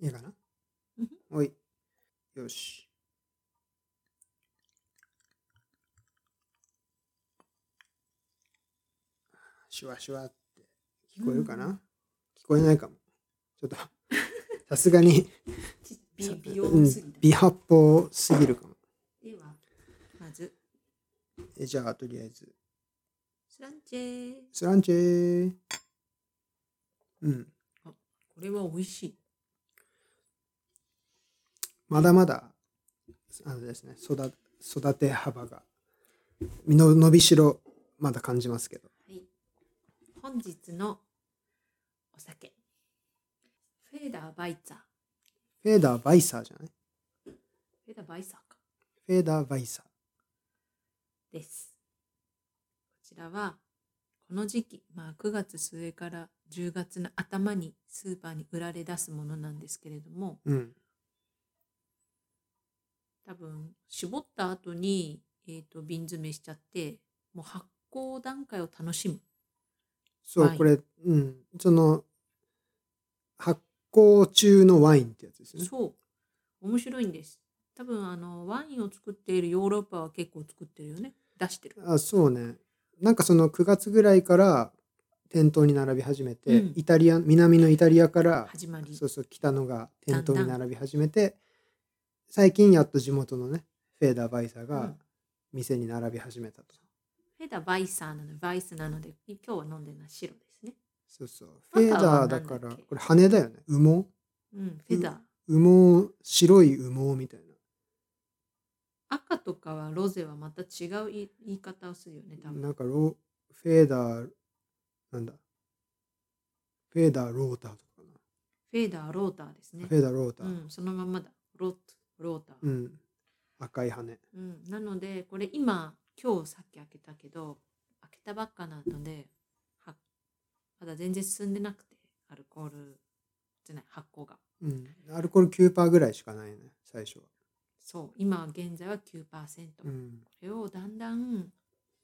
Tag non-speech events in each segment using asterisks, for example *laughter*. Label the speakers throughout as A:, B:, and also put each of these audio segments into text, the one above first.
A: いいかなおい。よし。シュワシュワって聞こえるかな、
B: うん
A: 聞こえないかも。ちょっと、さすが
B: *laughs*
A: に、
B: ち
A: さ
B: び美
A: うん
B: 容すぎた。
A: 微発泡すぎるかも。
B: では、まず、
A: えじゃあ、とりあえず、
B: スランチェー。
A: スランチェー。うん。
B: これは美味しい。
A: まだまだ、あのですね、育育て幅が、身の伸びしろ、まだ感じますけど。
B: はい。本日のお酒。フェーダーバイザー。
A: フェーダーバイサーじゃない
B: フェーダーバイザーか。
A: フェーダーバイサー。
B: です。こちらは、この時期、まあ、9月末から10月の頭にスーパーに売られ出すものなんですけれども、
A: うん。
B: 多分、絞った後に、えっ、と、瓶詰めしちゃって、もう発酵段階を楽しむ。
A: そう、
B: ワイン
A: これ、うん。その、発酵中のワインってやつですよね。
B: そう。面白いんです。多分、あの、ワインを作っているヨーロッパは結構作ってるよね。出してる。
A: あそうねなんかその9月ぐらいから店頭に並び始めて、
B: うん
A: イタリア南のイタリアから
B: 始まり。
A: そうそう来たのが店頭
B: だん
A: に
B: だん
A: 並び始めて最近やっと地元のねフェーダーバイザー
B: う
A: が
B: ん
A: 店に並び始めたと、
B: フェーダーバイサーなので、バイスなので、今日は飲んでるのは白ですね。
A: そうそう
B: パ
A: フ
B: パ
A: ェーダ
B: は
A: ーだか
B: なん
A: ら
B: だっけ
A: これ羽だよね羽
B: うん、フェーダー。
A: 毛羽毛白い羽毛みたい
B: 赤とかはロゼはまた違う言い言い方をするよね、多
A: な
B: 分。
A: なんかロフェーダーなんだフェーダーローターとかか
B: フェーダー、ローターです
A: な、
B: ね
A: フ。ェーダーローター、
B: うん、そのままだ。ロット、ローター。
A: うん、赤い羽
B: うん、なので、これ今、今日さっき開けたけど、開けたばっかなので、はまだ全然進んでなくて、アルコールじゃない、発酵が。
A: うん、アルコール9%ぐらいしかないね最初は、
B: そう、今現在は9%。
A: う
B: こ
A: ん、
B: れをだんだん、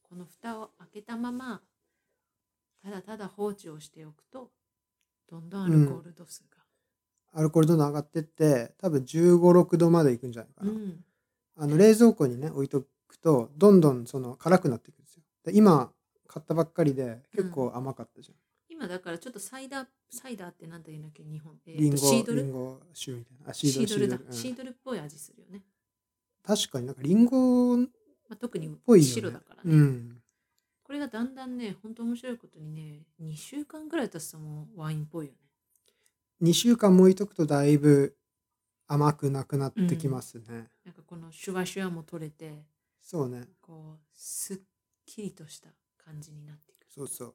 B: この蓋を開けたまま、ただただ放置をしておくと、どんどんアルコール度数が。
A: アルコールどんどん上がってって多分1 5 6度までいくんじゃないかな、
B: うん
A: あの冷蔵庫にね置いとくとどんどんその辛くなっていくんですよで今買ったばっかりで結構甘かったじ
B: 今だからちょっとサイダーサイダーってなんて言うんだっけ日本、え
A: ゃ
B: ー
A: ん、
B: と
A: リンゴ
B: シード
A: リン
B: ル
A: ゴ酒みたいなあシ
B: シ
A: ードル
B: ードルだ
A: シードル
B: シ
A: う
B: ー
A: ん
B: ドルっぽい味するよね、
A: 確かになんかリンゴっ
B: まあ、特に
A: ぽいよ、ね、
B: 白だからね
A: うん
B: これがだんだんね本当面白いことにね2週間ぐらい経つともうワインっぽいよね
A: 2週間も置いとくとだいぶ甘くなくなってきますね、
B: なんかこのシュワシュワも取れて
A: そうね
B: こうすっきりとした感じになってくる
A: そうそう。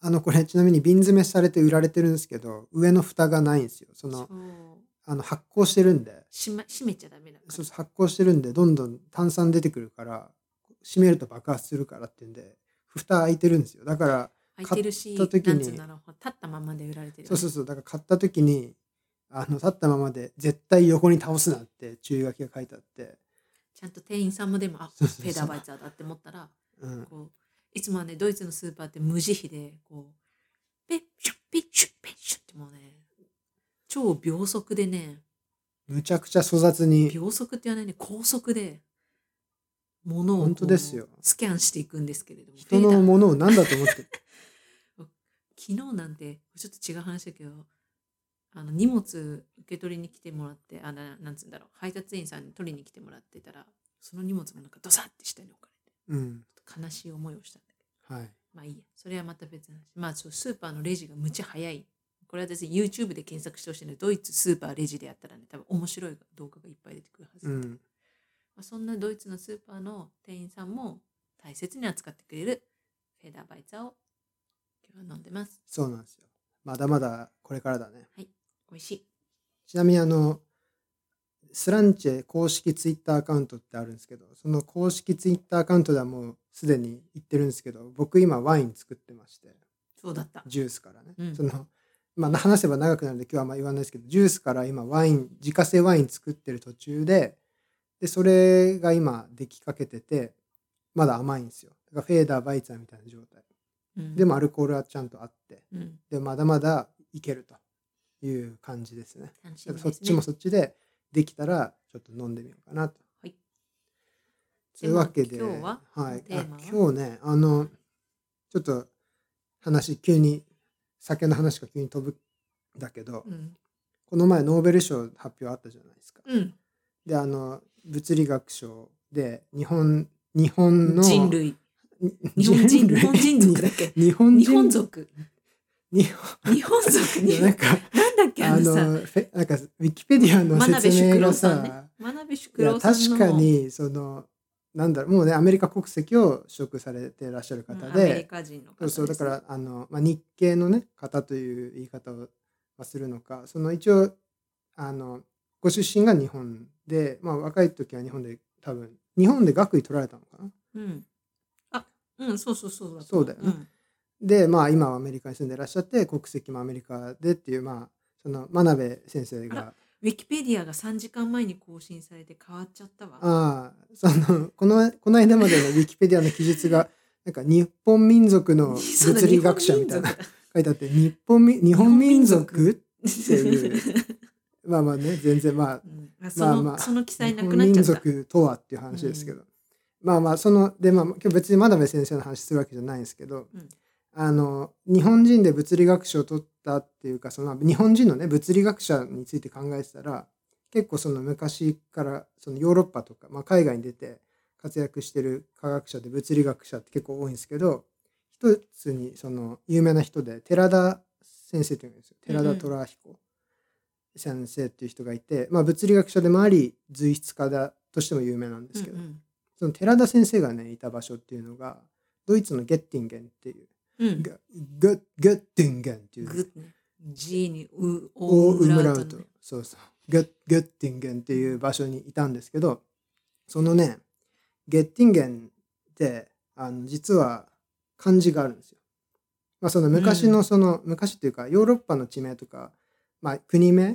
A: あのこれちなみに瓶詰めされて売られてるんですけど上の蓋がないんですよその
B: そう
A: あの発酵してるんで
B: し、ま、閉めちゃダメだから
A: そうそう発酵してるんでどんどん炭酸出てくるから閉めると爆発するからっていうんで蓋開いてるんですよだから
B: 開いてるし
A: 買った時に
B: なんつうんだろう立ったままで売られてるよね
A: そうそうそうだから買った時にあの立ったままで絶対横に倒すなって注意書きが書いてあって、
B: ちゃんと店員さんもでもあ
A: そ
B: ペ
A: うそうそう
B: ーダーバイザーだって思ったら
A: うん、
B: こういつもはねドイツのスーパーって無慈悲でこうペッシュッペッシュッペッシュッってもうね超秒速でね
A: むちゃくちゃ粗雑に
B: 秒速って言わないね高速でものをこう
A: 本当ですよ
B: スキャンしていくんですけれども
A: 人
B: フェ
A: の
B: ーダー
A: ものを何だと思ってる
B: 昨日なんてちょっと違う話だけどあの荷物受け取りに来てもらってあななんつうんだろう配達員さんに取りに来てもらってたらその荷物もなんかドサッて下に置かれて
A: うん
B: ちょっと悲しい思いをしたんだけど
A: はい
B: まあいいや。それはまた別の話。まあそう、スーパーのレジがむちゃ早い。これは別に YouTube で検索してほしいので、ドイツスーパーレジでやったらね、多分面白い動画がいっぱい出てくるはず。
A: う
B: ま
A: ん
B: あ、そんなドイツのスーパーの店員さんも大切に扱ってくれるフェーダーバイザーを今日は飲んでます。
A: そうなんですよまだまだこれからだね
B: 美味しい。
A: ちなみにあのスランチェ公式ツイッターアカウントってあるんですけどその公式ツイッターアカウントではもうすでに言ってるんですけど僕今ワイン作ってまして
B: そうだった。
A: ジュースからね、
B: うん
A: そのまあ話せば長くなるんで今日はあんま言わないですけどジュースから今ワイン自家製ワイン作ってる途中ででそれが今できかけててまだ甘いんですよだからフェーダーバイツァーみたいな状態
B: うん
A: でも、アルコールはちゃんとあって
B: うん、
A: でまだまだいけるという感じですね。
B: 楽し
A: だ
B: み
A: か
B: で
A: ら
B: す
A: そっ
B: ね。
A: ちもそっちでできたらちょっと飲んでみようかなと。
B: はい。
A: というわけで、
B: でも今日は
A: はい
B: テーマは
A: あ今日ねあのちょっと話急に酒の話が急に飛ぶんだけど、
B: うん。
A: この前ノーベル賞発表あったじゃないですか。
B: うん。
A: であの物理学賞で日本日本の
B: 人類。日
A: *laughs* 人
B: 本人、
A: 類
B: 日本人族だっけ
A: 日本人
B: 日本族。
A: 日
B: 日本族
A: 本
B: に。
A: な
B: なんん
A: か
B: だっけ
A: あ
B: あのさ、
A: のフェなんかウィキペディアの
B: 真鍋
A: 説明
B: 淑郎
A: が
B: さん
A: さ
B: ね。真鍋
A: い
B: 淑
A: や
B: 郎さんの。
A: 確かにそのなんだろうもうねアメリカ国籍を取得されてらっしゃる
B: うん、
A: 方
B: アメリ
A: で、
B: カ人の
A: そ
B: 方
A: うそうだ
B: です
A: か
B: ね
A: らあの、まあ、日系のね方という言い方をはするのかその一応あのご出身が日本で、まあ、若い時は日本で多分日本で学位取られたのかな
B: うん。あ、うん、そうそうそう
A: そうだよねでまあ今はアメリカに住んでらっしゃって国籍もアメリカでっていうまあその真鍋先生
B: あ
A: が
B: ウィキペディアが3時間前に更新されて変わっちゃったわ。
A: ああそのこのこの間までのウィキペディアの記述がなんか日本民族の
B: *laughs* そうだ
A: 物理学者みたいな
B: 日本
A: 書いてあって日本み日本民
B: 日本民
A: 族って
B: 民
A: いう
B: 族
A: まあまあね全然まあ
B: *laughs* うんあその、
A: まあまあ
B: その記載
A: 日
B: なく
A: 本
B: なっ
A: 民
B: ちゃった。
A: 族とはっていう話ですけど、まあまあそのでまあ今日別に真鍋先生の話するわけじゃないんですけど、
B: うん
A: あの日本人で物理学賞を取ったっていうかその日本人のね物理学者について考えてたら結構その昔からそのヨーロッパとか、まあ、海外に出て活躍してる科学者で物理学者って結構多いんですけど一つにその有名な人で寺田先生っていうんですよ寺田虎彦先生っていう人がいて、まあ、物理学者でもあり随筆家だとしても有名なんですけど、
B: うんうん
A: その寺田先生がねいた場所っていうのがドイツのゲッティンゲンっていう、
B: うん
A: ゲゲゲッティンゲンっていう
B: グッね G にう、
A: オ
B: お
A: ーウムラ
B: ウ
A: ウト
B: トね。
A: そうそうゲッゲッティンゲンっていう場所にいたんですけどそのねゲッティンゲンってあの実は漢字があるんですよ。まあ、その昔のその、昔っていうかヨーロッパの地名とか、まあ、国名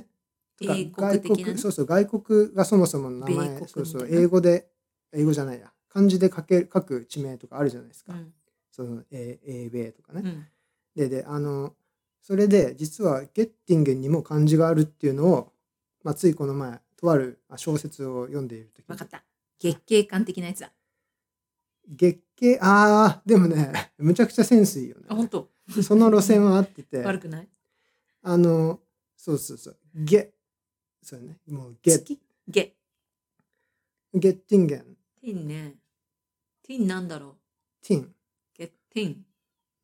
A: とか
B: 英国
A: 外
B: 的なね
A: 国そうそう外国がそもそもの名
B: 米
A: 前
B: 国
A: そうそう
B: みたいな
A: 英語で英語じゃないや漢字で書け書く地名とかあるじゃないです
B: う
A: か、
B: ん
A: そのえ英米とかね、
B: うん
A: でであのそれで実はゲッティンゲンにも漢字があるっていうのを、まあ、ついこの前とあるあ小説を読んでいる時
B: わかった。月経感的なやつだ。
A: 月経あーでもねむちゃくちゃセンスいいよ
B: あ、本
A: ね
B: 当。
A: その路線は合ってて
B: 悪くない
A: あのそうそうそうゲそうねもうゲ
B: 月月。
A: ゲッティンゲン
B: ティンね。ティンなんだろう。
A: ティン
B: ゲッティン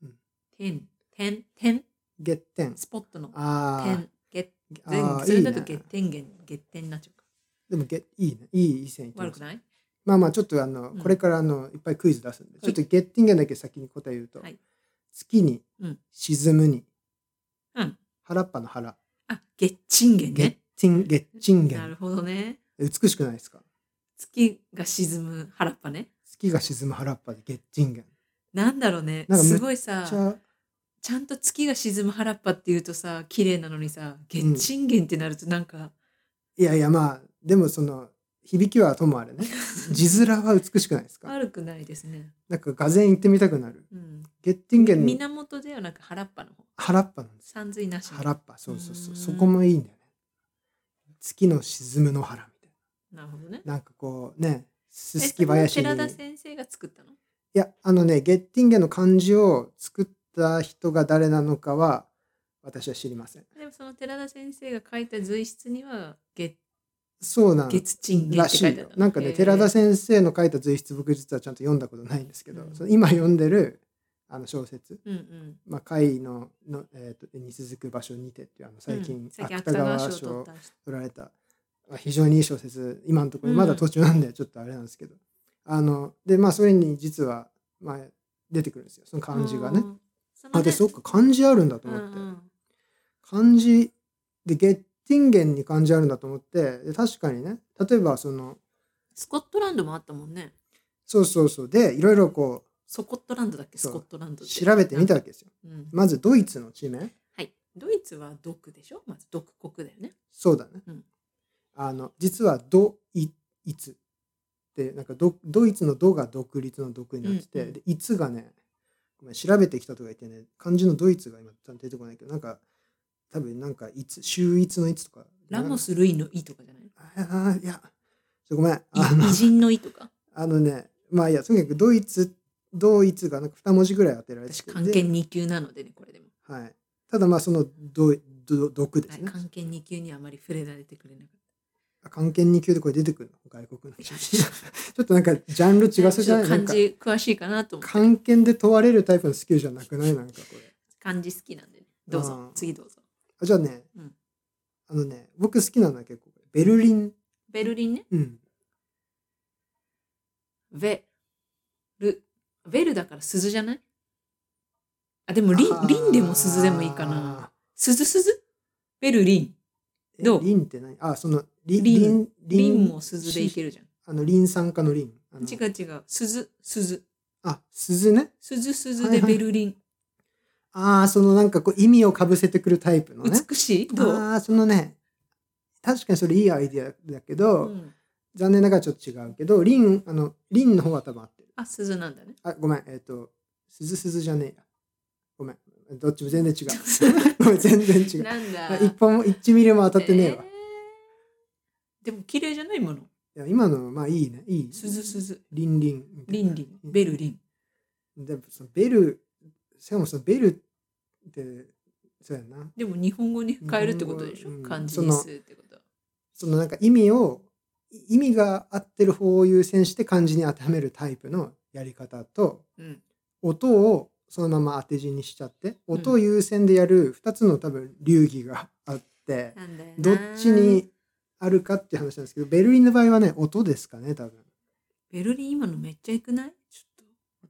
A: うん。
B: ティン。テン。テン。
A: ゲッテン
B: スポットの。
A: あ
B: テ
A: ー
B: ン。ゲッ
A: あー
B: 全それだ
A: い
B: と
A: いね
B: ゲッテンゲン。ゲッテンになっちゃうか
A: でもゲいいねいいいい線いって
B: ら。
A: ま
B: 悪
A: す
B: くない
A: まあまあちょっとあの、
B: うん
A: これからあのいっぱいクイズ出すんで、
B: はい
A: ちょっとゲッティンゲンだけ先に答え言うと、
B: はい
A: 月に、
B: うん
A: 沈むに、
B: うん
A: 原っぱの原
B: あ、ゲッチンゲン
A: ゲッ
B: ね。
A: ティンゲッチンゲ
B: な
A: ン
B: るほどね。
A: 美しくないですか
B: 月が沈む原っぱね。
A: 月が沈む原っぱでゲッティンゲン
B: なんだろうね。
A: なんかむっ
B: すごいさ。
A: じゃあ
B: ちゃんと月が沈む原っぱっていうとさ綺麗なのにさ月賃源ってなるとなんか、
A: いやいやまあでもその響きはともあ
B: *laughs*
A: れね字面は美しくないですか
B: 悪くないですね、
A: なんかがぜん行ってみたくなる
B: うん、
A: ゲッティンゲンに
B: 源ではなく原っぱの方
A: 原っぱなんです
B: 三髄なしの
A: 原っぱそうそうそううんそこもいいんだよね月の沈むの原みたいな
B: なるほどね
A: なんかこうね、す
B: え
A: すき林
B: そ
A: に。
B: れも寺田
A: い
B: 先生が作ったの
A: や、あのね、ゲッティンゲの漢字を作った人が誰なのかは、私は知りません。
B: でもその寺田先生が書いた随筆には月
A: そうなん
B: 月賃源
A: ら
B: って
A: し
B: 書い
A: い
B: てあっ
A: よ
B: た。の
A: なんかね、寺田
B: へ
A: 先生の書いた随筆、僕実はちゃんと読んだことないんですけど、
B: うん
A: その今読んでるあの小説、
B: えうんうん
A: まあ、会のの、えーとに続く場所にてっていう、あの最
B: う
A: 近
B: ん、最近
A: 芥
B: 芥
A: 川
B: 川賞
A: 賞
B: を
A: を
B: 取った人
A: 取られたまあ非常にいい小説今のところ
B: うん
A: まだ途中なんでちょっとあれなんですけど、あのでまあそれに実は、まあ、出てくるんですよその漢字がね。
B: うんそのね
A: あでそっか漢字あるんだと
B: うん
A: 思
B: う
A: って、
B: ん
A: 漢字でゲッティンゲンに漢字あるんだと思ってで確かにね例えばその
B: スコットランドもあったもんね
A: そうそうそうでいろいろこ
B: ソコットランドだっけス
A: そう
B: コットランド
A: う
B: って
A: 調べてみたわけですよ。
B: うん
A: まずドイツの地名
B: はい。ドイツは独でしょまず独国だよね。
A: そうだね。
B: うん
A: あの実はドイイツってなんかドドイツのドが独立の独になってて、
B: うんうん
A: でイツがねごめん調べてきたとか言ってね漢字のドイツが今出てこないけどなんか多分なんかいつ週一のいつとか
B: ラモス・ルイの「イ」とかじゃない
A: あーいやちょごめんあの
B: い偉人の「イ」とか
A: あのねまあいいやとにかくドイツドイツがなんか2文字ぐらい当てられて
B: 私
A: て
B: 関係2級なのでねこれでも、
A: ではい、ただまあそのドイド毒で
B: は
A: す
B: い、
A: ね、
B: 関係2級にはあまり触れられてくれなかった
A: 関係2級でこれ出てくるの外国の
B: い
A: 人
B: *laughs* や
A: ちょっとなんかジャンル違うそうじゃないなん
B: 漢
A: か
B: 字詳しいかなと思って
A: 関係で問われるタイプのスキルじゃなくないなんかこれ
B: 漢字好きなんでねどうぞ
A: あー
B: 次どうぞ
A: あじゃあね、
B: うん
A: あのね僕好きなのは結構ベルリン、
B: ベルリンね
A: うん、
B: ベルベルだから鈴じゃないあでもリンリンでも鈴でもいいかな鈴鈴ベルリン
A: え
B: どう
A: リンって何あそのリ
B: リン
A: リ
B: リンも鈴でいけるじゃん
A: あのリン酸化のリンあの
B: 違う違う鈴鈴
A: あ鈴ね
B: 鈴鈴
A: は
B: で
A: いはい
B: ベルリン、
A: ああそのなんかこう意味をかぶせてくるタイプのね
B: 美しいどう、
A: ああそのね確かにそれいいアイディアだけ
B: う
A: ど、
B: ん、
A: 残念ながらちょっと違うけどリンあのリンの方が多分合ってる
B: あ鈴なんだね
A: あごめんえっ、と鈴鈴じゃねえやごめんどっちも全然違う
B: *laughs*
A: ごめん全然違う
B: なんだ
A: 一本も1ミリも当たってねえわ、
B: えーでも綺麗じゃないもの
A: いや今のまあいいねいい
B: 鈴鈴
A: リンリンみたいな
B: リンリンベルリン
A: でそのベルしかもそのベルってそうやな
B: でも日本語に変えるってことでしょ
A: 日本語うん
B: 漢字にするってこと
A: そのなんか意味をい意味が合ってる方を優先して漢字に当てはめるタイプのやり方と
B: うん
A: 音をそのまま当て字にしちゃって音を優先でやる2つの多分流儀があって、
B: なんだよな
A: どっちにあるかっていう話なんですけどベルリンの場合はね音ですかね多分
B: ベルリン今のめっちゃ行くないちょっと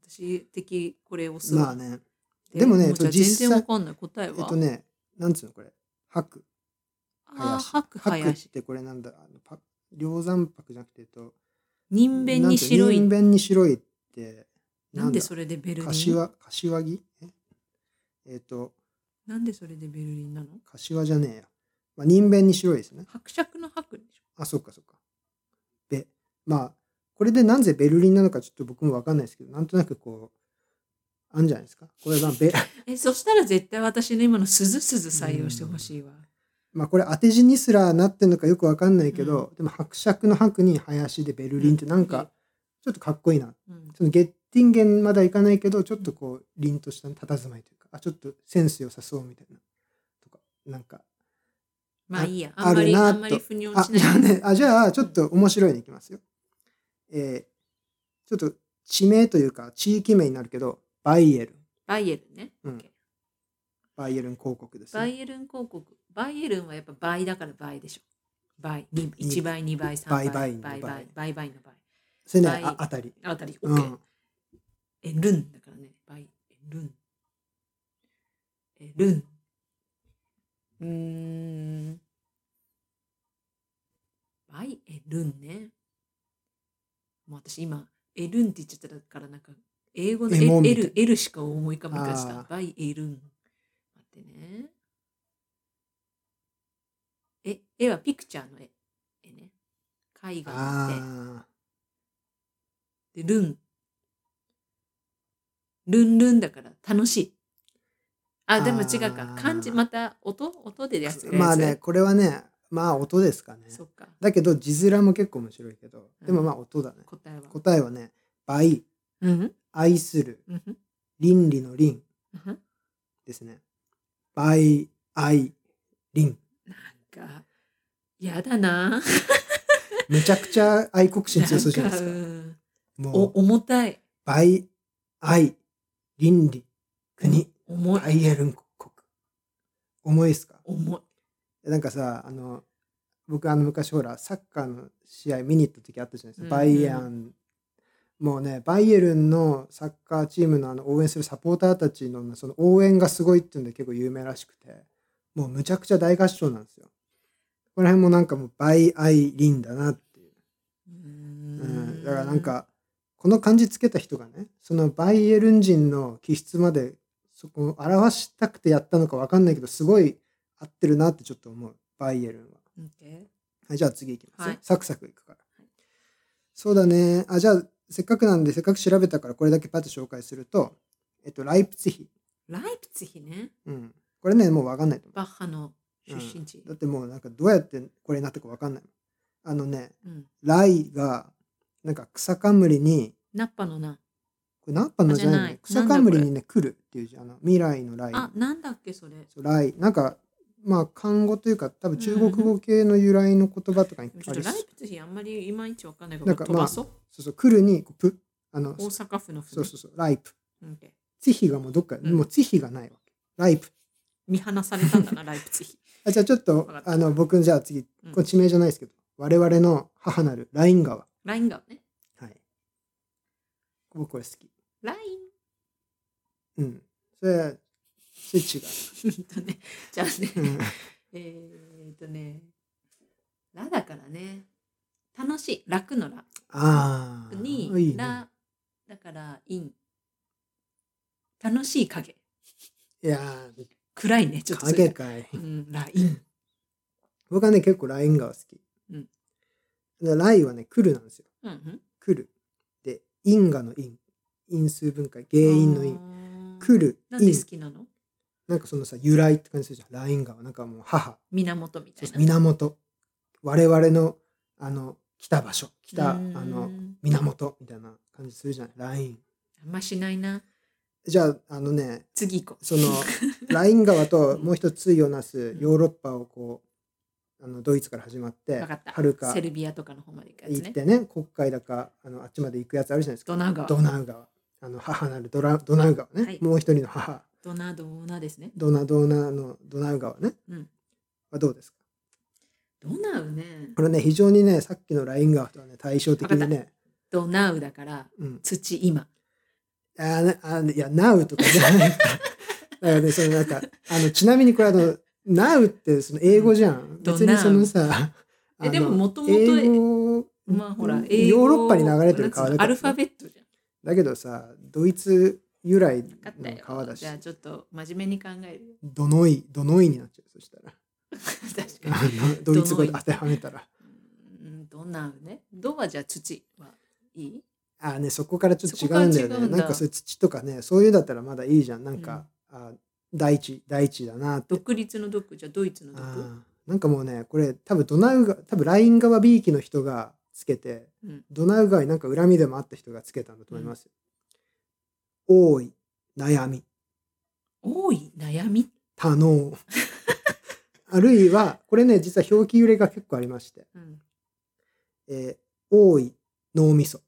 B: 私的これをす
A: まあねでもね
B: うじゃあ
A: そう実際
B: 全然わかんない答えは
A: えっとねなんつうのこれ白
B: ああ
A: 林
B: 白
A: 白っ
B: 林
A: てこれなんだあのパ梁山泊じゃなくてえっと
B: 人弁に白い
A: 人弁に白いって
B: なんでそ
A: れ
B: れでベルリン
A: 柏柏木ええっ、と
B: なんでそれでベルリンなの
A: 柏じゃねえや、まあ、人弁に白いですね
B: 伯爵の白でしょ
A: あそっかそっかべまあこれでなぜベルリンなのかちょっと僕もわかんないですけどなんとなくこうあんじゃないですかこれまあべ
B: えそしたら絶対私の今の鈴鈴採用してほしいわ
A: まあこれ当て字にすらなってんのかよくわかんないけど、でも伯爵の伯に林でベルリンってなん
B: うん
A: かちょっとかっこいいな
B: うん
A: そのゲッティンゲンまだいかないけどちょっとこう凛とした佇まいというかあちょっとセンス良さそうみたいなとかなんか
B: まあいいや
A: あ
B: あんまり
A: あるな
B: あ
A: と
B: んまり腑に落
A: あ
B: ち
A: じゃあ
B: ない
A: ねあじゃあちょっと面白いのいきますよえーちょっと地名というか地域名になるけどバイエルン
B: バイエルンね
A: うん
B: OK
A: バイエルン広告です、
B: バ
A: ね、
B: イエルン広告バイエルンはやっぱ倍だから倍でしょ倍
A: に
B: 1倍2倍3倍
A: 倍倍の倍
B: 倍倍倍倍の倍
A: それね
B: バイ
A: ああたり、
B: あたり
A: う
B: OK
A: ん、
B: え、ルンだからね。バイ、え、ルン。え、ルン。うーん。バイ、え、ルンね。もう私今、え、ルンって言っちゃったから、なんか、英語の
A: エモン
B: L,
A: みたい
B: L, L しか思い浮かばなかっ
A: あ
B: た。
A: ー
B: バイ、え、ルン。待ってね。え、絵はピクチャーの絵。絵ね。絵画の絵。
A: あ
B: で、ルン。ルンルンだから楽しい。あ、でも違う
A: あ
B: か。
A: ー
B: 漢字、また音音でやつ
A: あまあね。これはねまあ音ですかね
B: そっか。
A: だけど字面も結構面白いけどでも
B: うん
A: まあ音だね、
B: 答えは。
A: 答えはねバイ
B: うん
A: 愛する
B: うんうん
A: 倫理の倫
B: うん
A: ですね。バイアイリン。
B: なんか、やだな。
A: めちゃくちゃ愛国心強そうじゃ
B: な
A: なんいで
B: か、う
A: すか。
B: んお
A: もう、
B: 重たい。
A: バイアイ倫理国
B: 重い
A: バ。イエルン国。重いですか
B: 重い。
A: なんかさ、あの、僕あの昔ほら、サッカーの試合見に行った時あったじゃないですか。バ
B: うんうん
A: イアン。もうね、バイエルンのサッカーチームのあの応援するサポーターたちのその応援がすごいっていうんで結構有名らしくて、もうむちゃくちゃ大合唱なんですよ。この辺もなんかもうバイアイリンだなっていう。
B: う
A: うん
B: ん
A: だからなん、かこの漢字つけた人がねそのバイエルン人の気質までそこを表したくてやったのかわかんないけどすごい合ってるなってちょっと思うバイエルンは、
B: オッケー
A: はい、じゃあ次いきますよ、
B: はい
A: サクサクいくから、そうだねあじゃあせっかくなんでせっかく調べたからこれだけパッと紹介するとえっとライプツィヒ、
B: ライプツィヒね。
A: うん、これねもう分かんないと思
B: バッハの出身地
A: う。だってもうなんかどうやってこれになったか分かんないもんあのね
B: うん。
A: ライがなんか草冠に
B: ナッパのな。
A: これナッパのじゃない,、
B: あじゃない
A: 草冠にね来るっていう字あの未来のライ
B: あ、なんだっけそれ。
A: そう来なんかまあ漢語というか多分中国語系の由来の言葉とかに
B: ち
A: あ
B: ょっ
A: り
B: と
A: そ
B: ラ
A: う
B: イプツィヒあんまりいまいちわかんないか
A: な
B: ら
A: んか
B: 飛ばそう。
A: そうそう来るにこうプあの
B: 大阪府の府。
A: そうそうそうライプ
B: うんで
A: 地比がもうどっか、
B: うん
A: もう地比がないわけライプ
B: 見放された
A: *laughs*
B: んだな、ライプツィヒ。
A: あじゃあちょっと
B: かった
A: あの僕じゃあ次
B: うん
A: これ地名じゃないですけど、我々の母なるライン川
B: ラインがね。
A: はい僕これ好き
B: ラ *laughs* イ
A: うんそれそれ違
B: ンとね。じゃあ
A: う、う
B: ね *laughs*
A: ん、、
B: えーっとね、ラだからね。楽しい、楽のラ。
A: ああい
B: に、
A: いね
B: ラ、だから、イン。楽しい影。
A: いやー
B: 暗いね、ちょっとそ
A: 影
B: れ。
A: かい
B: うん、ライン。
A: 僕はね結構ライン川好き、
B: うん
A: でライはね来るなんですよ
B: うんうん。
A: 来るで因果の因因数分解原因の因
B: 因
A: 来る
B: なんで
A: 因
B: 好きなの
A: なんかそのさ由来って感じするじゃんライン川なんかもう母
B: 源みた
A: そ
B: いうな。
A: 源我々のあの来た場所来たあ
B: うーん
A: の源みたいな感じするじゃんライン
B: あんましないな。
A: じゃああのね
B: 次行こう。 *laughs*
A: そのライン川ともう一つ対をなすヨーロッパをこうあのドイツから始まって
B: わかった。
A: はるか
B: セルビアとかの方まで行くやつ
A: 行っ
B: ね。
A: てね国会だかあのあっちまで行くやつあるじゃないですか
B: ドナウ川。
A: ドナウ川あの母なるドラドナウ川ね、
B: はい
A: もう一人の母
B: ドナドナですね。
A: ドナドナのドナウ川ね
B: うん。
A: はどうですか
B: ドナウね。
A: これね非常にねさっきのライン川とはね対照的にね、
B: ドナウだから、
A: うん、
B: 土今。
A: あーなあーいや「ナウ」とかじゃないだからねそのなんかあのちなみにこれあの「ナウ」ってその英語じゃん
B: ど
A: 別にそのさ
B: え
A: あの
B: でも元々
A: 英語
B: まあほら、英語
A: ヨーロッパに流れてる川
B: な
A: だ
B: んつうの
A: から
B: アルファベットじゃん。
A: だけどさドイツ由来
B: 分かった
A: の
B: よ。
A: 川だし
B: じゃあちょっと真面目に考えるよ。 *laughs*
A: どのいどのいになっちゃうそしたら
B: 確か
A: あの *laughs* ドイツ語で当てはめたら
B: に。うんドナウね。ドはじゃあ土はいい
A: あーねそこからちょっと違うんだよ
B: そこから違
A: ね
B: うんだ
A: なんかそういう土とかねそういうだったらまだいいじゃんなんか、あー大地大地だなって
B: 独立の独じゃあドイツの
A: あ
B: 独。
A: ーなんかもうねこれ多分ドナウ川多分ライン川ビーキの人がつけて
B: うん
A: ドナウ川になんか恨みでもあった人がつけたんだと思いますよ、多い悩み
B: 多い悩み。
A: 多能 *laughs* あるいはこれね実は表記揺れが結構ありまして、
B: うん
A: えー多い脳みそ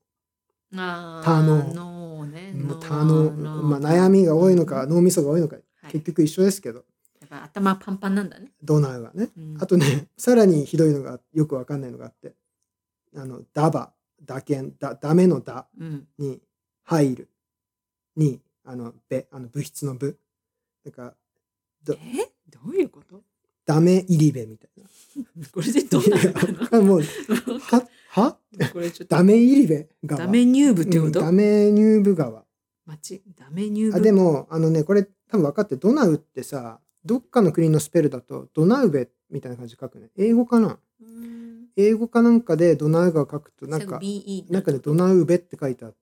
B: あー
A: 多能
B: 能ね。
A: もう
B: 能
A: 多能、まあ、悩みが多いのか、
B: うん
A: 脳みそが多いのか
B: はい
A: 結局一緒ですけど、
B: やっぱ頭パンパンなんだね。
A: ドナウはね
B: うん
A: あとね、さらにひどいのがよくわかんないのがあって、あの、ダバ、打剣、だ、ダメのダ
B: うん、
A: に、入る、に、あの、べ、あの、物質の部。なんか、
B: えどういうこと
A: ダメ入りべみたいな。
B: これでどうなる
A: *laughs*
B: のか
A: もう、
B: な
A: は、は
B: これちょっと
A: ダメ入りべ川。
B: ダメ入部ってこ
A: うん
B: と
A: ダメ入部川。
B: 町ダメ入部
A: あ、でも、あのね、これ多分分かって、ドナウってさ、どっかの国のスペルだと、ドナウベみたいな感じで書くね。英語かな
B: うーん
A: 英語かなんかでドナウ川書くと、なん
B: 最後
A: か、
B: BE
A: なんかね、ドナウベって書いてあって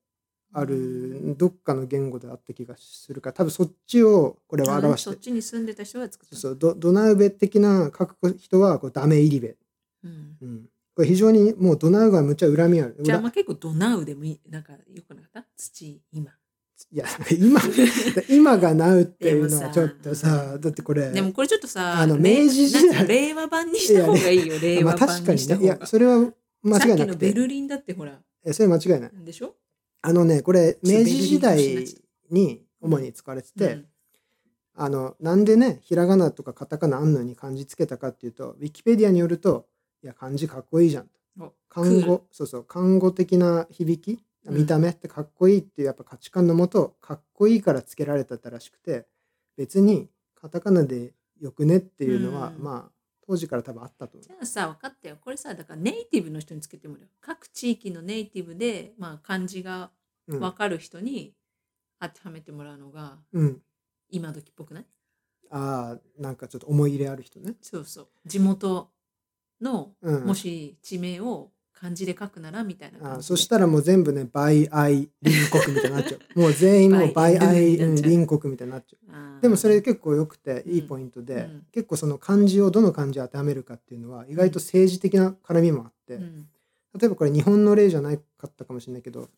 A: あるどっかの言語であった気がするから多分そっちをこれ
B: うん
A: は
B: あ
A: 表して
B: そっちに住んでた人が作った
A: そうそうドドナウベ的な書く人はこうダメ入りベ、
B: うん
A: うん、これ非常にもうドナウ川むっちゃ恨みある
B: じゃあ
A: 恨
B: まあ結構ドナウでもいいなんかよくなかった土
A: *laughs*
B: 今
A: いや今今がナウっていうのはち
B: で
A: ょ
B: も
A: っ
B: さ
A: とさだってこれ
B: でもこれちょっとさ
A: あの
B: れ
A: 明治時代
B: なんか令和版にした方がいいよ令
A: ま
B: 和
A: あ確
B: 版
A: か
B: に
A: に
B: した
A: ねい
B: 方が
A: やそれは間
B: さっ
A: 違い
B: き
A: な
B: の
A: く
B: ベ
A: て
B: ルリンだってほら
A: えそれ間違いない
B: なんでしょ
A: あのねこれ
B: ちょ
A: 明
B: っとベルリン
A: 治時
B: の話
A: 代
B: になっちゃ
A: に主に使われてて、
B: うん
A: あのなんでねひらがなとかカタカナあんのに漢字つけたかっていうとウィキペディアによるといや漢字かっこいいじゃん
B: お
A: 漢
B: クール
A: 語そうそう漢語的な響き
B: うん
A: 見た目ってかっこいいっていうやっぱ価値観のもとかっこいいからつけられたったらしくて別にカタカナでよくねっていうのは、
B: うん
A: まあ当時から多分あったと思
B: じゃあさ分かったよこれさだからネイティブの人につけてもらう各地域のネイティブで、まあ、漢字が
A: う、うん
B: 分かる人に当てはめてもらうのが
A: うん、
B: 今時っぽくない
A: ああなんかちょっと思い入れある人ね、
B: そうそう地元の
A: うん、
B: もし地名を漢字で書くならみたいな感じ
A: あ
B: で
A: そしたらもう全部ね、倍愛隣国みたいになっちゃう。 *laughs* もう全員もう倍
B: 倍
A: 愛
B: 愛
A: うん隣国みたいになっちゃ
B: あー
A: う。でもそれ結構良くていいポイントで、
B: うんうん
A: 結構その漢字をどの漢字当てはめるかっていうのは意外と政治的な絡みもあって、
B: うん
A: 例えばこれ日本の例じゃなかったかもしれないけど、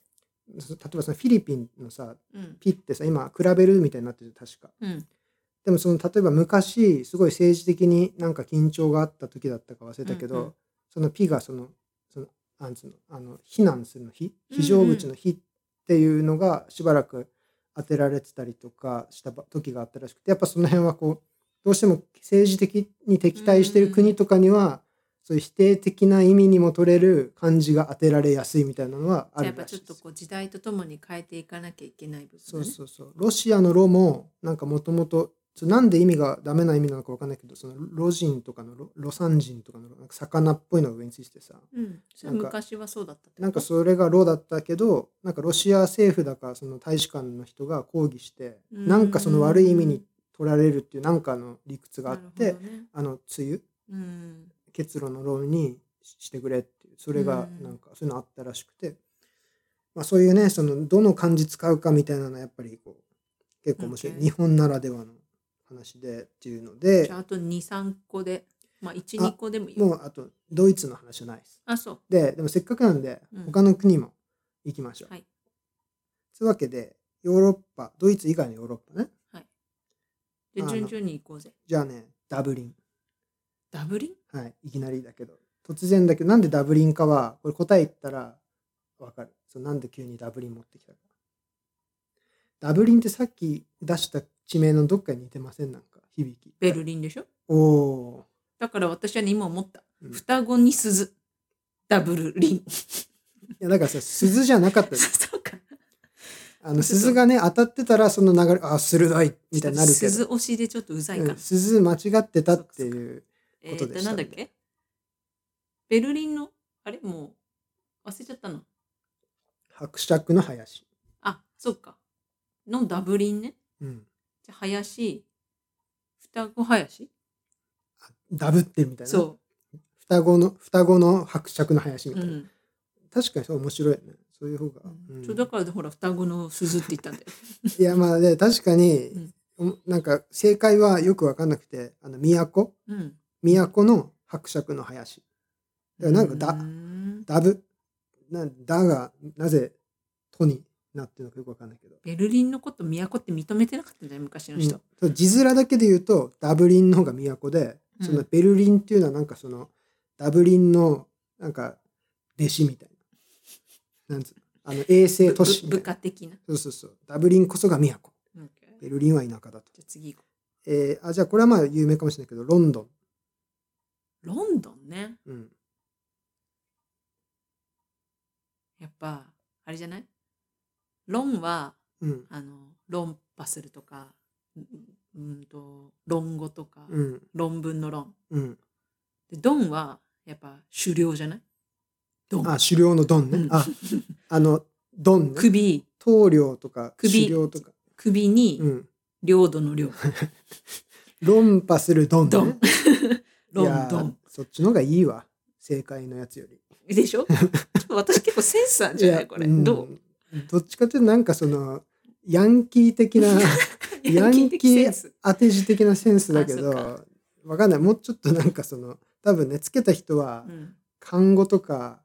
A: そ例えばそのフィリピンのさ、
B: うん
A: ピってさ、今比べるみたいになってる確か。
B: うん
A: でもその例えば昔すごい政治的になんか緊張があった時だったか忘れたけど、
B: うんうん
A: その「ピ」がそのそのなんつうのあの避難するの「非」
B: うんうん
A: 非常口の「非」っていうのがしばらく当てられてたりとかしたば時があったらしくてやっぱその辺はこうどうしても政治的に敵対してる国とかには、そういう否定的な意味にも取れる漢字が当てられやすいみたいなのはあ
B: じゃあや
A: る
B: っぱ
A: らし
B: ち
A: い
B: ょっ
A: です
B: とこう時代とともに変えていかなきゃいけない部分、ね、
A: そうそうそう。ロシアのロも、なんかもともと、ちょなんで意味がダメな意味なのかわかんないけど、そのロ人とかのロ、ロサン人とかのロ、なんか魚っぽいのが上についててさ、
B: うん、それ
A: なんか
B: 昔はそうだったってこと
A: なんかそれがロだったけど、なんかロシア政府だか、その大使館の人が抗議して、
B: うーん
A: なんかその悪い意味に取られるっていう、なんかの理屈があって
B: なる、ほどね
A: あの、梅雨、
B: うん、
A: 結露の論にしてくれっていうそれが
B: うん
A: なんかそういうのあったらしくて、まあ、そういうねそのどの漢字使うかみたいなのはやっぱりこう結構面白い
B: OK
A: 日本ならではの話でっていうので
B: じゃああと23個でまあ
A: あ
B: 12個でもいいよ
A: もうあとドイツの話はないです
B: あそう
A: ででもせっかくなんで
B: うん
A: 他の国も行きましょう、
B: はい
A: というわけでヨーロッパドイツ以外のヨーロッパね
B: で
A: あの
B: 順々に行こうぜ
A: じゃあねダブリン
B: ダブリン
A: はいいきなりだけど突然だけどなんでダブリンかはこれ答え言ったらわかるそうなんで急にダブリン持ってきたかダブリンってさっき出した地名のどっかに似てませんなんか響き
B: ベルリンでしょ
A: おお
B: だから私はね今思った、
A: うん
B: 双子に鈴ダブルリン
A: ーいやだからさ鈴じゃなかったです
B: *laughs* そうか *laughs*
A: あの鈴がね当たってたらその流れあ鋭いみたいになるけ
B: 鈴
A: ど
B: 推しでちょっとうざいか
A: う
B: ら、
A: ん鈴間違ってたっていう
B: え
A: こと
B: ー
A: で
B: と
A: した
B: なん
A: んで
B: だっけベルリンのあれもう忘れちゃったの
A: 伯爵の林、
B: あそっかのダブリンね
A: うん、
B: じゃあ林双子林
A: ダブってるみたいな
B: そ
A: 双子の双子の伯爵の林
B: う、
A: み
B: う
A: たいな、
B: ん
A: 確かにそう面白いよねそういう方が、うん
B: そうだからほら双子の鈴って言ったんだ
A: *laughs*
B: よ
A: いやまあね確かに、おなんか正解はよく分かんなくてあの都
B: うん
A: 都の伯爵の林だからなんかだ
B: うーん
A: ダブなだがなぜ都になってるのかよく分かんないけど、
B: ベルリンのこと都って認めてなかったんだよ昔の
A: うん
B: 人、
A: そう字面だけで言うとダブリンの方が都で
B: うん
A: そのベルリンっていうのはなんかそのダブリンのなんか弟子みたいななんつうのあの衛星
B: ぶ
A: 都市
B: ぶ
A: みたいな
B: 部下的な、
A: そうそうそうダブリンこそが都
B: うんじ
A: ベルリンは田舎だと、
B: ゃあ次行こ
A: えーあじゃあこれはまあ有名かもしれないけどロンドン
B: うロンドンね
A: うん、
B: やっぱあれじゃないロンは
A: うん、
B: あの論破するとかうんうんと論語とか、
A: うん、
B: 論文の論
A: うん。
B: でドンはやっぱ狩猟じゃないドン
A: あ、狩猟のドンね。
B: うん
A: あ、あの、ドンね。
B: 首
A: 棟梁とか、
B: 首
A: 狩猟とか。
B: 首に
A: うん。
B: 領土の領
A: 論破するドンね。
B: ド
A: *laughs*
B: ン
A: い
B: ロ
A: や
B: ン
A: ー
B: ドン。
A: そっちの方がいいわ。正解のやつより。
B: で
A: *laughs*
B: しょちょっと私結構センスあるんじゃないこれ
A: うん
B: どう *laughs*
A: どっちかというとなんかその、ヤンキー
B: *laughs*
A: 的なヤンキー
B: 的センス
A: 当て字的なセンスだけ
B: あそ
A: ど、わかんない。もうちょっとなんかその、多分ね、つけた人は
B: う、ん
A: 看護とか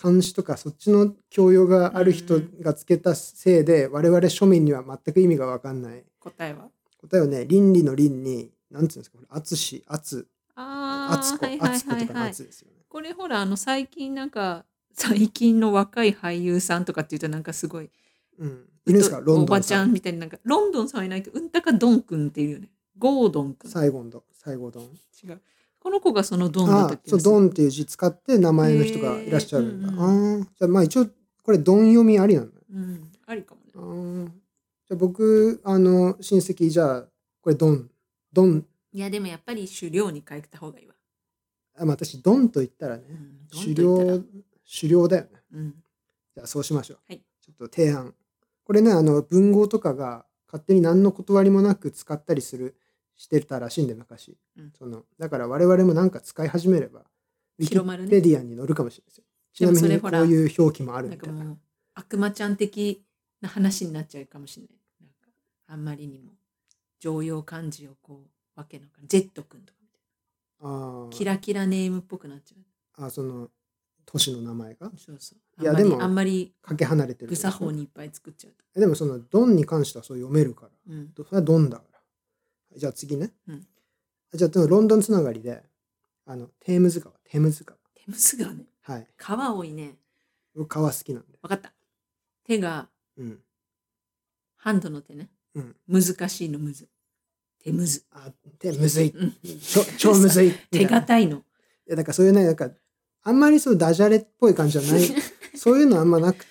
A: 監視とかそっちの教養がある人がつけたせいで、我々庶民には全く意味が分かんない
B: 答えは
A: 答えはね倫理の倫に何て言うんですかこれ淳淳
B: あ
A: 淳
B: あ
A: 子
B: はいはい
A: 淳子
B: はい
A: とかの
B: はい
A: 淳ですよね
B: これほらあの最近なんか最近の若い俳優さんとかっていうとなんかすごい
A: うんいるんですかロン
B: お
A: ド
B: ば
A: ン
B: ちゃ
A: さ
B: ん
A: ん
B: みたいになんかロンドンさんはいないけどうんたかドンくんっていうよねゴードンくん
A: 西郷どん西郷どん
B: 違うこの子がそのドンだった
A: あ
B: っけ
A: そうドンっていう字使って名前の人がいらっしゃるんだ、
B: へー
A: あーじゃあまあ一応これドン読みありなんだ
B: うんありかもね
A: あーじゃあ僕あの親戚じゃあこれドンドン
B: いやでもやっぱり狩猟に変えた方がいいわ、
A: あまあ私ドンと言ったらね、
B: うんドン
A: 狩
B: と言ったら
A: 猟狩猟だよね
B: うん
A: じゃあそうしましょう、
B: はい
A: ちょっと提案これねあの文豪とかが勝手に何の断りもなく使ったりするしてたらしいんで昔、
B: うん
A: そのだから我々もなんか使い始めればウィキ
B: 広まるね
A: ペディアに載るかもしれないですよちなみ
B: でもそれ
A: にこ
B: ほ
A: う
B: ら
A: いう表記もある
B: な
A: み
B: んか
A: たい
B: も
A: な。
B: う悪魔ちゃん的な話になっちゃうかもしれないなんかあんまりにも常用漢字をこうわけのわかんジェット君とかみたい
A: あ
B: な
A: ー
B: キラキラネームっぽくなっちゃう
A: あ、その都市の名前が
B: そうそう
A: いや
B: あんまり
A: でも
B: あんまり
A: かけ離れてる。
B: ぐさ法にいっぱい作っちゃうと
A: え。でもそのドンに関してはそう読めるから。
B: うん
A: それはドンだから。じゃあ次ね。
B: うん
A: じゃあでもロンドンつながりで、あの、テームズ川、テームズ川。
B: テムス川ね
A: はい。
B: 川多いね
A: 僕川好きなんで。
B: わかった手が
A: うん。
B: ハンドの手ね、
A: うん
B: 難しいのむず手むず、
A: あ、手むずい。
B: うん
A: ち
B: *laughs*
A: ょ超むずいみたい
B: 手
A: な。い
B: 堅いの
A: や、だからそういうね、なんか、あんまりそうダジャレっぽい感じじゃない。
B: *laughs*
A: そういうのあんまなく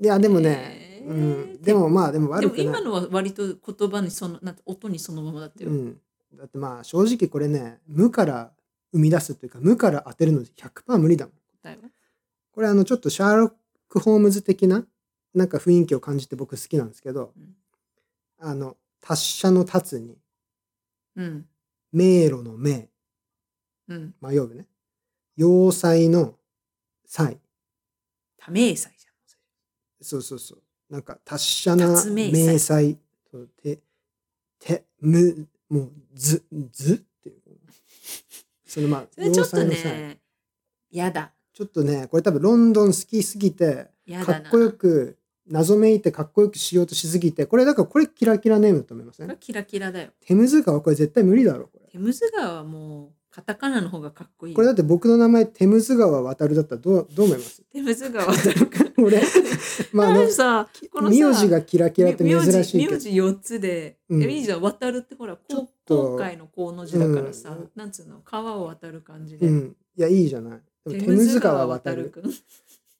A: いや、でもね、
B: えー
A: うん。でもまあ、でも
B: で
A: 悪
B: も
A: くな
B: 今
A: い。
B: のは割と言葉にそのなんて音にそのままだったよ、
A: うん。だってまあ、正直これね、無から生み出すというか、無から当てるの100%無理だもん。
B: 答えは
A: これあのちょっとシャーロック・ホームズ的ななんか雰囲気を感じて僕好きなんですけど、
B: うん
A: あの達者の達に
B: うん
A: 迷路の迷
B: うん
A: 迷うね要塞の才
B: 多名祭じ
A: そうそうそうなんか達者な
B: 達明才
A: 迷才そうててむもうずずってい
B: *laughs*
A: うそのまあ
B: ゃんそれちょっと
A: 才
B: ねやだ
A: ちょっとねこれ多分ロンドン好きすぎて
B: や
A: か
B: だ
A: っ
B: な
A: こよく謎めいてかっこよくしようとしすぎてこれだからこれキラキラネームだと思います
B: これ
A: ね
B: キラキラだよ
A: テムズ川これ絶対無理だろこれ
B: テムズ川はもうカタカナの方がかっこいいよ
A: これだって僕の名前テムズ川渡るだったらどうどう思います *laughs*
B: テムズ川渡るか
A: 俺 *laughs* まああ
B: *laughs*
A: *laughs*
B: あ
A: の
B: のさこのさ
A: 名字がキラキラって珍しいけ
B: 名
A: ど
B: 字4つで、
A: うん
B: いいじゃん渡るってほらこ
A: ちょっと
B: 後悔のこうの字だからさ、
A: うん
B: なんつうの川を渡る感じで、
A: うんいやいいじゃないでもテムズ川渡る
B: くん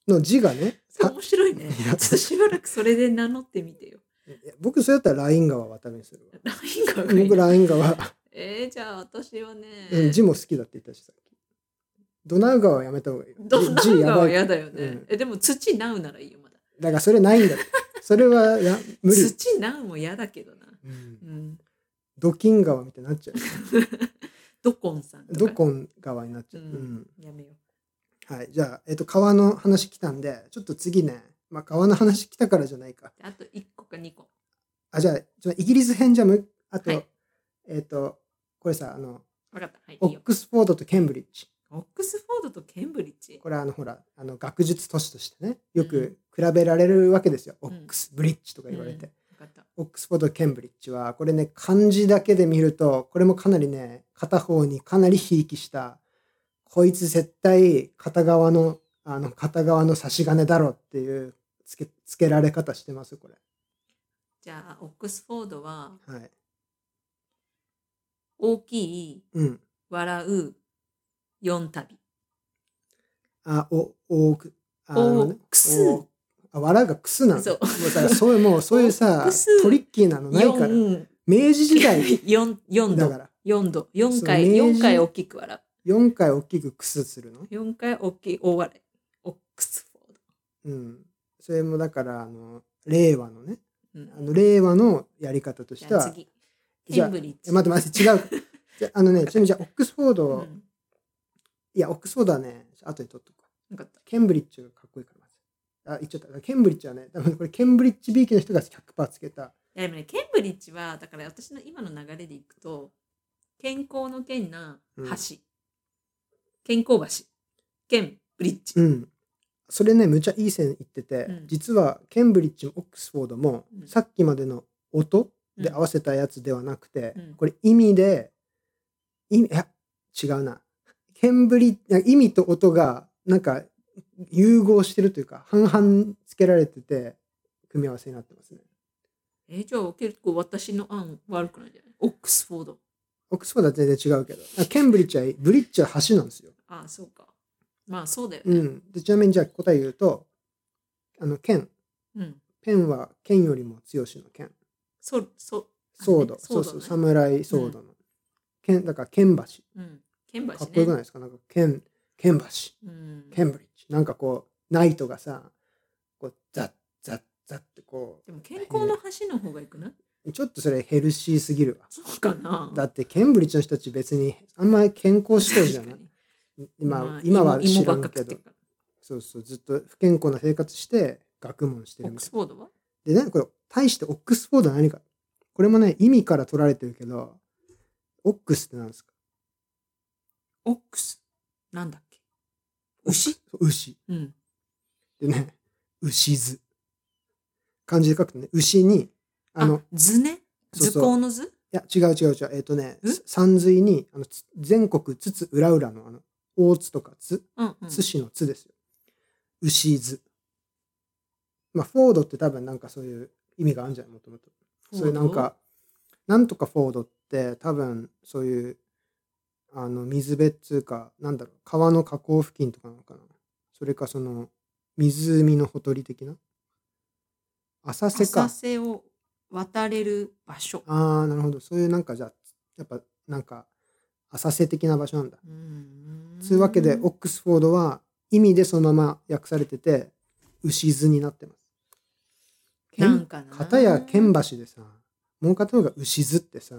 A: の字が *laughs* ね
B: それ
A: た
B: 面白いね
A: い
B: ちょ
A: や
B: っとしばらくそれで名乗ってみ
A: *laughs*
B: てよ
A: いや僕それだったらライン川渡るにするわ
B: ライン川がいい
A: 僕
B: な
A: ライン川、
B: えー、じゃあ私はね、
A: *laughs* うん、字も好きだって言ったしさっきドナウ川はやめた方がいいよ
B: どんな
A: 字字や
B: 川
A: ば
B: はい嫌だよね、
A: うん
B: えでも土ナウならいいよまだ
A: だからそれないんだってそれはや無理
B: 土ナウも嫌だけどな
A: うん
B: うん *laughs*
A: ドキン川みたいになっちゃう。
B: ドコンさんとか
A: ドコン川になっちゃう。
B: うん
A: うん
B: やめよう
A: はい。じゃあ、えっと、川の話来たんで、ちょっと次ね、まあ、川の話来たからじゃないか。
B: あと1個か2個
A: あ、じゃあ、ちょイギリス編じゃむ、あと、
B: はい
A: えっと、これさ、あの、
B: 分かったはい
A: オ
B: いいよ
A: ックスフォードとケンブリッジ。
B: オックスフォードとケンブリッジ
A: これはあの、ほら、あの、学術都市としてね、よ
B: う
A: く比べられるわけですよ。
B: ん
A: オックスブリッジとか言われて。
B: 分かった
A: オックスフォード、ケンブリッジは、これね、漢字だけで見ると、これもかなりね、片方にかなりひいきした、こいつ絶対片側の、あの、片側の差し金だろっていう、つけ、つけられ方してます、これ。
B: じゃあオックスフォードは
A: はい。
B: 大きい
A: うん。
B: 笑う四旅
A: あ、お、おく、あの
B: お
A: ね、
B: くす
A: おあ、わらがくすなの。
B: そう
A: もだからそういう、もうそういう
B: お
A: さ
B: くす、
A: トリッキーなのないから。
B: 四
A: 明治時 *laughs* 代
B: 四四
A: だ
B: 度
A: から、
B: 四度
A: そ
B: 四
A: う
B: 回
A: 明治
B: 四回大きく笑
A: 4回大きくくすするの
B: う四回大きい大笑いオックスフォー
A: うん。それもだから、あの、令和のね、
B: ド、うん
A: あの令和のやり方とし
B: じ
A: て
B: ゃあ
A: は、
B: 次
A: じ
B: ケ
A: ゃあ
B: ンブリッ
A: え
B: ジ
A: 待って待って、違う。
B: *laughs*
A: じゃああのね、ちなみにじゃあ、オックスフォード、
B: うん
A: いや、オックスフォードはね、後で取っとくわ。
B: 分かった
A: ケンブリッジがかっこいいからまず。あ、言っちゃった。ケンブリッジはね、多分これ、ケンブリッジビーキの人が100%つけた。
B: いやでもねケンブリッジはだから私の今の流れでいくと健康の健な橋、
A: うん
B: 健康橋ケンブリッジ、
A: うん。それね、むちゃいい線いってて、
B: うん
A: 実は、ケンブリッジもオックスフォードも、
B: うん
A: さっきまでの音で
B: うん
A: 合わせたやつではなくて、
B: うん
A: これ、意味で、意味、いや、違うな。ケンブリいや意味と音が、なんか、融合してるというか、半々つけられてて、組み合わせになってますね。
B: えじゃあ結構私の案悪くないんじゃないオックスフォード
A: オックスフォードは全然違うけど、あケンブリッジは、ブリッジは橋なんですよ。
B: ああそうかまあそうだよ
A: う
B: ね
A: ん。でちなみに、じゃあ答え言うと、あの、剣。
B: うん
A: ペンは剣よりも強しの剣。
B: そそ
A: ソード、
B: あね
A: そうそう、
B: ソードね
A: 侍ソードの。剣、だから剣橋。
B: うん剣橋ね
A: かっこよくないですか、なんか剣、剣橋、
B: うん
A: ケンブリッジ。なんかこう、ナイトがさ、こう、ザッザッザッってこ、
B: でも健康の橋の方がいくないう
A: ちょっとそれヘルシーすぎるわ。
B: そうかな
A: だってケンブリッジの人たち別にあんまり健康志向じゃ
B: 確
A: な
B: か
A: い
B: に。
A: 今、
B: まあ
A: 今は
B: 芋
A: 知
B: 芋
A: ら
B: ばっ
A: ん
B: か
A: け
B: 食って
A: ど
B: る。から
A: そうそうずっと不健康な生活して学問して
B: オ
A: る
B: ッ
A: み
B: ク
A: たい
B: スフォードは
A: なでねこれ対してオックスフォードは何かこれもね意味から取られてるけどオックスって何ですか
B: オックス。なんだっけ牛
A: そう牛
B: うん。
A: でね牛図漢字で書くとね牛にあのい
B: 図ね。
A: そうそう
B: 図工の図
A: や違う違う違うえっ、とね
B: ん
A: 山水にあのつ全国津々浦々のあの大津とか津
B: うんうん。
A: 寿司の「つ」ですよ。牛図。まあ、フォードって多分なんかそういう意味があるんじゃないもともと。
B: フォード
A: そういうなんか、なんとかフォードって多分そういう、あの、水辺っつうか、なんだろう、川の河口付近とかなのかな。それかその、湖のほとり的な。浅瀬か
B: 浅。瀬を渡れる場所。
A: ああ、なるほど。そういうなんかじゃあ、やっぱなんか、浅瀬的な場所なんだ。
B: うん
A: つうわけで、オックスフォードは意味でそのまま訳されてて、牛図になってます。
B: なんかな
A: 片や剣橋でさ、もう片方が牛図ってさ、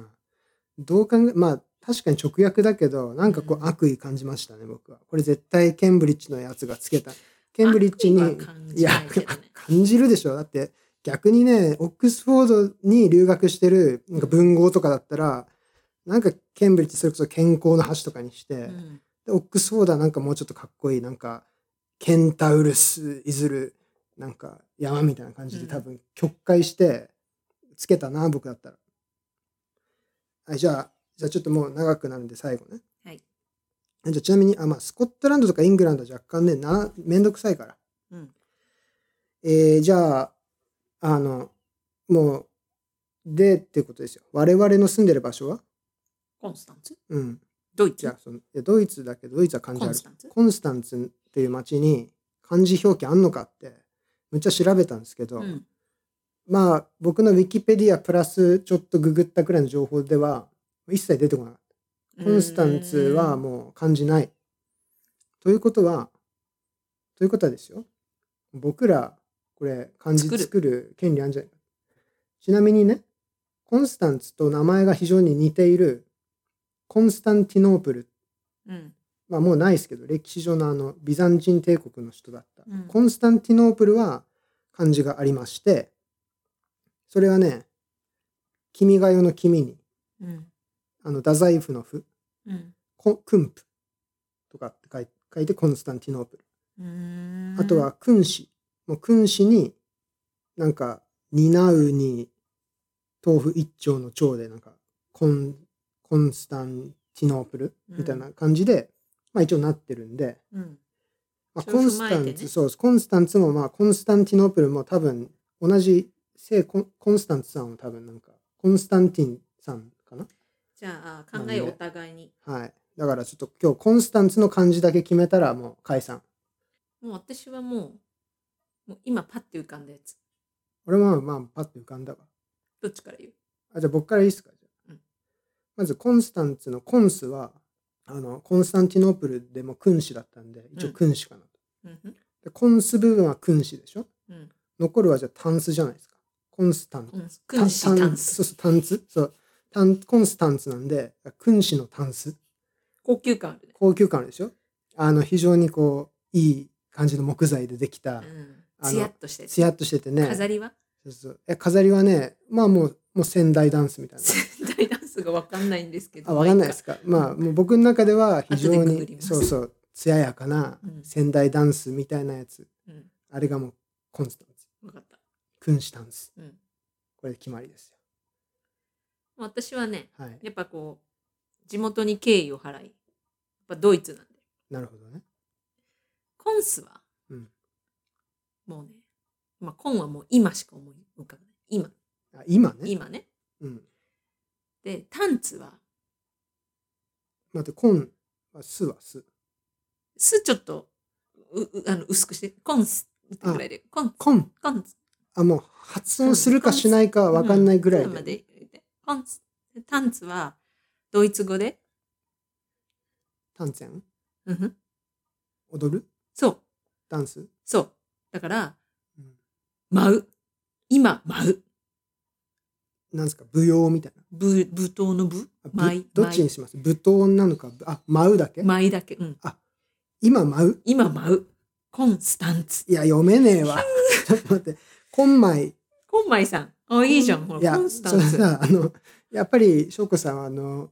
A: どう考え、まあ確かに直訳だけど、なんかこ
B: う
A: うん悪意感じましたね、僕は。これ絶対ケンブリッジのやつがつけた。ケンブリッジ
B: 悪
A: に
B: 意は感、
A: い
B: じ
A: や
B: ないけどね、
A: 感じるでしょ。だって逆にね、オックスフォードに留学してるなんか文豪とかだったら、なんかケンブリッジそれこそ健康の橋とかにして、
B: うん
A: でオックスフォードはなんかもうちょっとかっこいいなんかケンタウルスいずるなんか山みたいな感じで
B: うん
A: 多分曲解してつけたな、僕だったらはいじゃあじゃあちょっともう長くなるんで最後ね
B: はい。
A: じゃあちなみにあ、まあ、スコットランドとかイングランドは若干ねなめんどくさいから
B: うん。
A: えーじゃああのもうでってことですよ我々の住んでる場所は
B: コンスタンツ
A: うん
B: ドイツ
A: じゃあそのいやドイツだけどドイツは漢字
B: コ
A: あ
B: ン
A: る
B: スタンツ
A: コンスタンツっていう町に漢字表記あんのかってむっちゃ調べたんですけど、
B: うん。
A: まあ僕のウィキペディアプラスちょっとググったくらいの情報では一切出てこなかったコンスタンツは
B: う
A: もう漢字ない。ということはということはですよ僕らこれ漢字
B: 作る
A: 作る権利あるんじゃないかちなみにねコンスタンツと名前が非常に似ているコンスタンティノープル
B: ーんうん。
A: まあもうないですけど歴史上のあのビザンチン帝国の人だった、
B: うん
A: コンスタンティノープルは漢字がありましてそれはね「君が代」の「君に
B: うん」
A: あの太宰府の「府
B: うん」
A: コ「君府」とかって書い書いてコンスタンティノープル、
B: うーん
A: あとは「君子」もう君子になんか「担う」に「豆腐一丁」の「丁」でなんかコンコンスタンティノープルみたいな感じで、まあ一応なってるんで。
B: うん
A: まあ、
B: それ
A: コ
B: を
A: ン
B: 踏
A: ス
B: ま
A: タ
B: え
A: ン
B: て
A: ツ、
B: ね
A: そうコンスタンツもまあコンスタンティノープルも多分同じ聖コンコンスタンツさんも多分なんかコンスタンティンさんかな
B: じゃあ考えをお互いに
A: はいだからちょっと今日コンスタンツの漢字だけ決めたらもう解散
B: もう私はもうもう今パッて浮かんだやつ
A: 俺もまあパッと浮かんだわ
B: どっちから言う
A: あじゃあ僕からいいですかじゃあ、
B: うん
A: まずコンスタンツのコンスはあのコンスタンティノープルでも君主だったんで一応
B: うん
A: 君主かなと、
B: うん
A: でコンス部分は君主でしょ
B: うん
A: 残るはじゃあタンスじゃないですかコンスタンツ
B: うん
A: タ
B: 君子タンス
A: そうそう、タンツ。そう。タン、コンスタンツなんで、君子のタンス。
B: 高級感あるね
A: 高級感あるでしょあの、非常にこう、いい感じの木材でできた、
B: う
A: あの
B: んツヤっとして
A: ツヤっとしててね。
B: *laughs* 飾りは
A: そうそうえ飾りはね、まあもう、もう仙台ダンスみた
B: *laughs*
A: いな。
B: 仙台ダンスがわかんないんですけど
A: あ、わかんないですか。まあ、もう僕の中では非常
B: 後でくぐり
A: に、
B: ます
A: そうそう、艶やかな
B: うん
A: 仙台ダンスみたいなやつ。
B: まあいいか
A: あれがもう、コンスタンツ。
B: うんわかった
A: 君子タンス。
B: うん
A: これで決まりです
B: 私はね
A: よ。はい。
B: やっぱこう地元に敬意を払いやっぱドイツなんで
A: なるほどね。
B: コンスは、
A: うん
B: もうねまあコンはもう今しか思い浮かばない今
A: あ今ね。
B: 今ね
A: うん。
B: でタンツは
A: 待って、コン、あすはす。
B: すちょっとううあの薄くしてコンスってぐらいでコン
A: コン。
B: コンス
A: あ、もう発音するかしないかわかんないぐらい
B: うんそうま
A: で。
B: で言ってコンスタンツはドイツ語で、
A: タンツェン
B: うんふん、
A: 踊る
B: そう
A: ダンス
B: そうだから
A: うん
B: 舞う今舞う
A: なんですか舞踊みたいな
B: ぶ舞踏の舞
A: あぶ
B: 舞
A: どっちにします舞踏なのか、あ、舞うだけ
B: 舞舞だけ、うん、
A: 今舞う
B: 今舞うコンスタンツ。
A: いや、読めねえ
B: *laughs*
A: わ。ちょっと待って。コンマイ。
B: コンマイさん。あ、いいじゃん。ほ
A: いや
B: ら、コンスタ
A: そ
B: ン
A: れ
B: ツ。
A: さ、あの、やっぱり、翔子さんは、あの、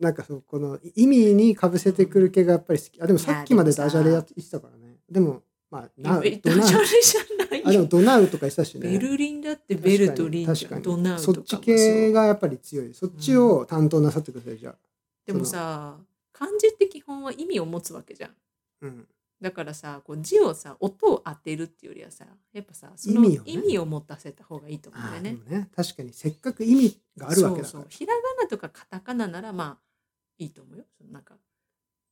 A: なんかそう、この意味にかぶせてくる系がやっぱり好き。あ、でもさっきまでダジャレやって言ってたからね。でも、まあ、な
B: え
A: ド
B: ダ
A: ナ
B: ジャレ
A: ウ。
B: じゃ
A: あ、
B: ない
A: でも
B: よ。
A: ドナウとか言ってたしね。
B: ベルリンだってベルとリン
A: 確
B: じゃ
A: か
B: ん。
A: に
B: ドナウ
A: そ
B: と
A: っ
B: かも
A: ち
B: そう。
A: 系がやっぱり強い。そっちを担当なさってください、じゃあ。
B: でもさ、漢字って基本は意味を持つわけじゃん。
A: うん。
B: だからさ、こう字をさ、音を当てるっていうよりはさ、やっぱさ、そ
A: 意
B: の
A: 味をね
B: 意味を持たせた方がいいと思うん
A: あ
B: だ
A: あ
B: よ
A: で
B: ね
A: も。ね、確かに、せっかく意味があるわけだ
B: そ
A: か
B: う
A: ら
B: そう。ひらがなとかカタカナならまあいいと思うよ。そのなんか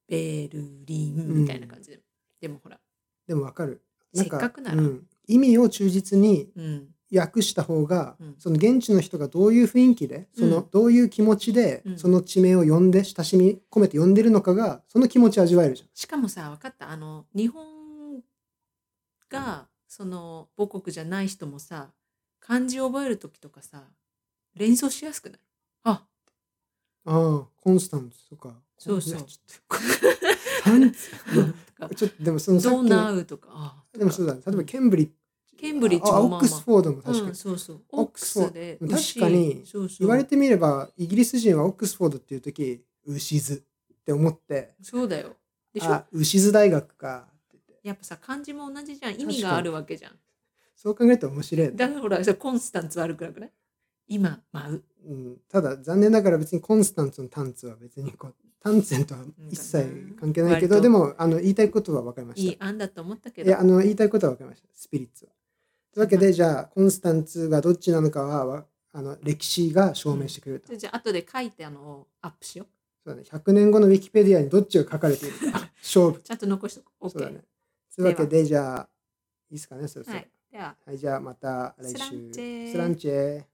B: ベルリンみたいな感じで。でもほら、
A: でもわかる。なん
B: せっかくなら
A: うん、意味を忠実に
B: うん、
A: 訳した方が、
B: うん
A: その現地の人がどういう雰囲気で、その
B: うん
A: どういう気持ちで、
B: うん
A: その地名を呼んで親しみ込めて呼んでるのかが、その気持ち味わえるじ
B: しかもさ分かったあの日本がその母国じゃない人もさ漢字を覚える時とかさ連想しやすくない
A: *laughs*
B: あ
A: ゃん。ああ、コンスタンツとか。
B: そうそ
A: い
B: う
A: やちょっとなんつ
B: うんとか
A: ちょっとでもそのさっき
B: ドナ
A: の
B: ウとかあ
A: でもそうだ、ね、例えばケンブリッジ、
B: ケンブリッジ
A: あ
B: も
A: オ
B: まあまあ
A: ックスフォードも確かに、
B: うん、そうそう
A: オ
B: オ
A: ッ
B: ッ
A: ク
B: ク
A: スフォー
B: スで
A: 確かに
B: 牛そうそう
A: 言われてみればイギリス人はオックスフォードっていう時牛津って思って
B: そうだよでしょ
A: あ牛津大学かって言って
B: やっぱさ漢字も同じじゃん意味があるわけじゃん
A: そう考えると面白いね、
B: だからほらそれコンスタンツ悪くなくない今舞う
A: うん、ただ残念ながら別にコンスタンツのタンツは別にこうタンツェンとは一切関係ないけど、
B: 割と
A: でもあの言いたいことは分かりま
B: いい
A: し
B: 案だと思った
A: た
B: け
A: いやあ
B: ど
A: の言いたいことは分かりましたスピリッツはというわけ
B: ま
A: でじゃあコンスタンツがどっちなのかはわあの歴史が証明してくれると、
B: じゃあ後で書いてあのアップしよう
A: そうだね、100年後のウィキペディアにどっちが書かれている
B: *laughs*
A: か勝負
B: ちゃんと残しとこう。
A: そうだ
B: OK
A: ね。というわけで、じゃあ、いいですかね、そろそろ。
B: は
A: はい
B: い、。では、
A: じゃあ、また来週。
B: スランチェ
A: スランチェ。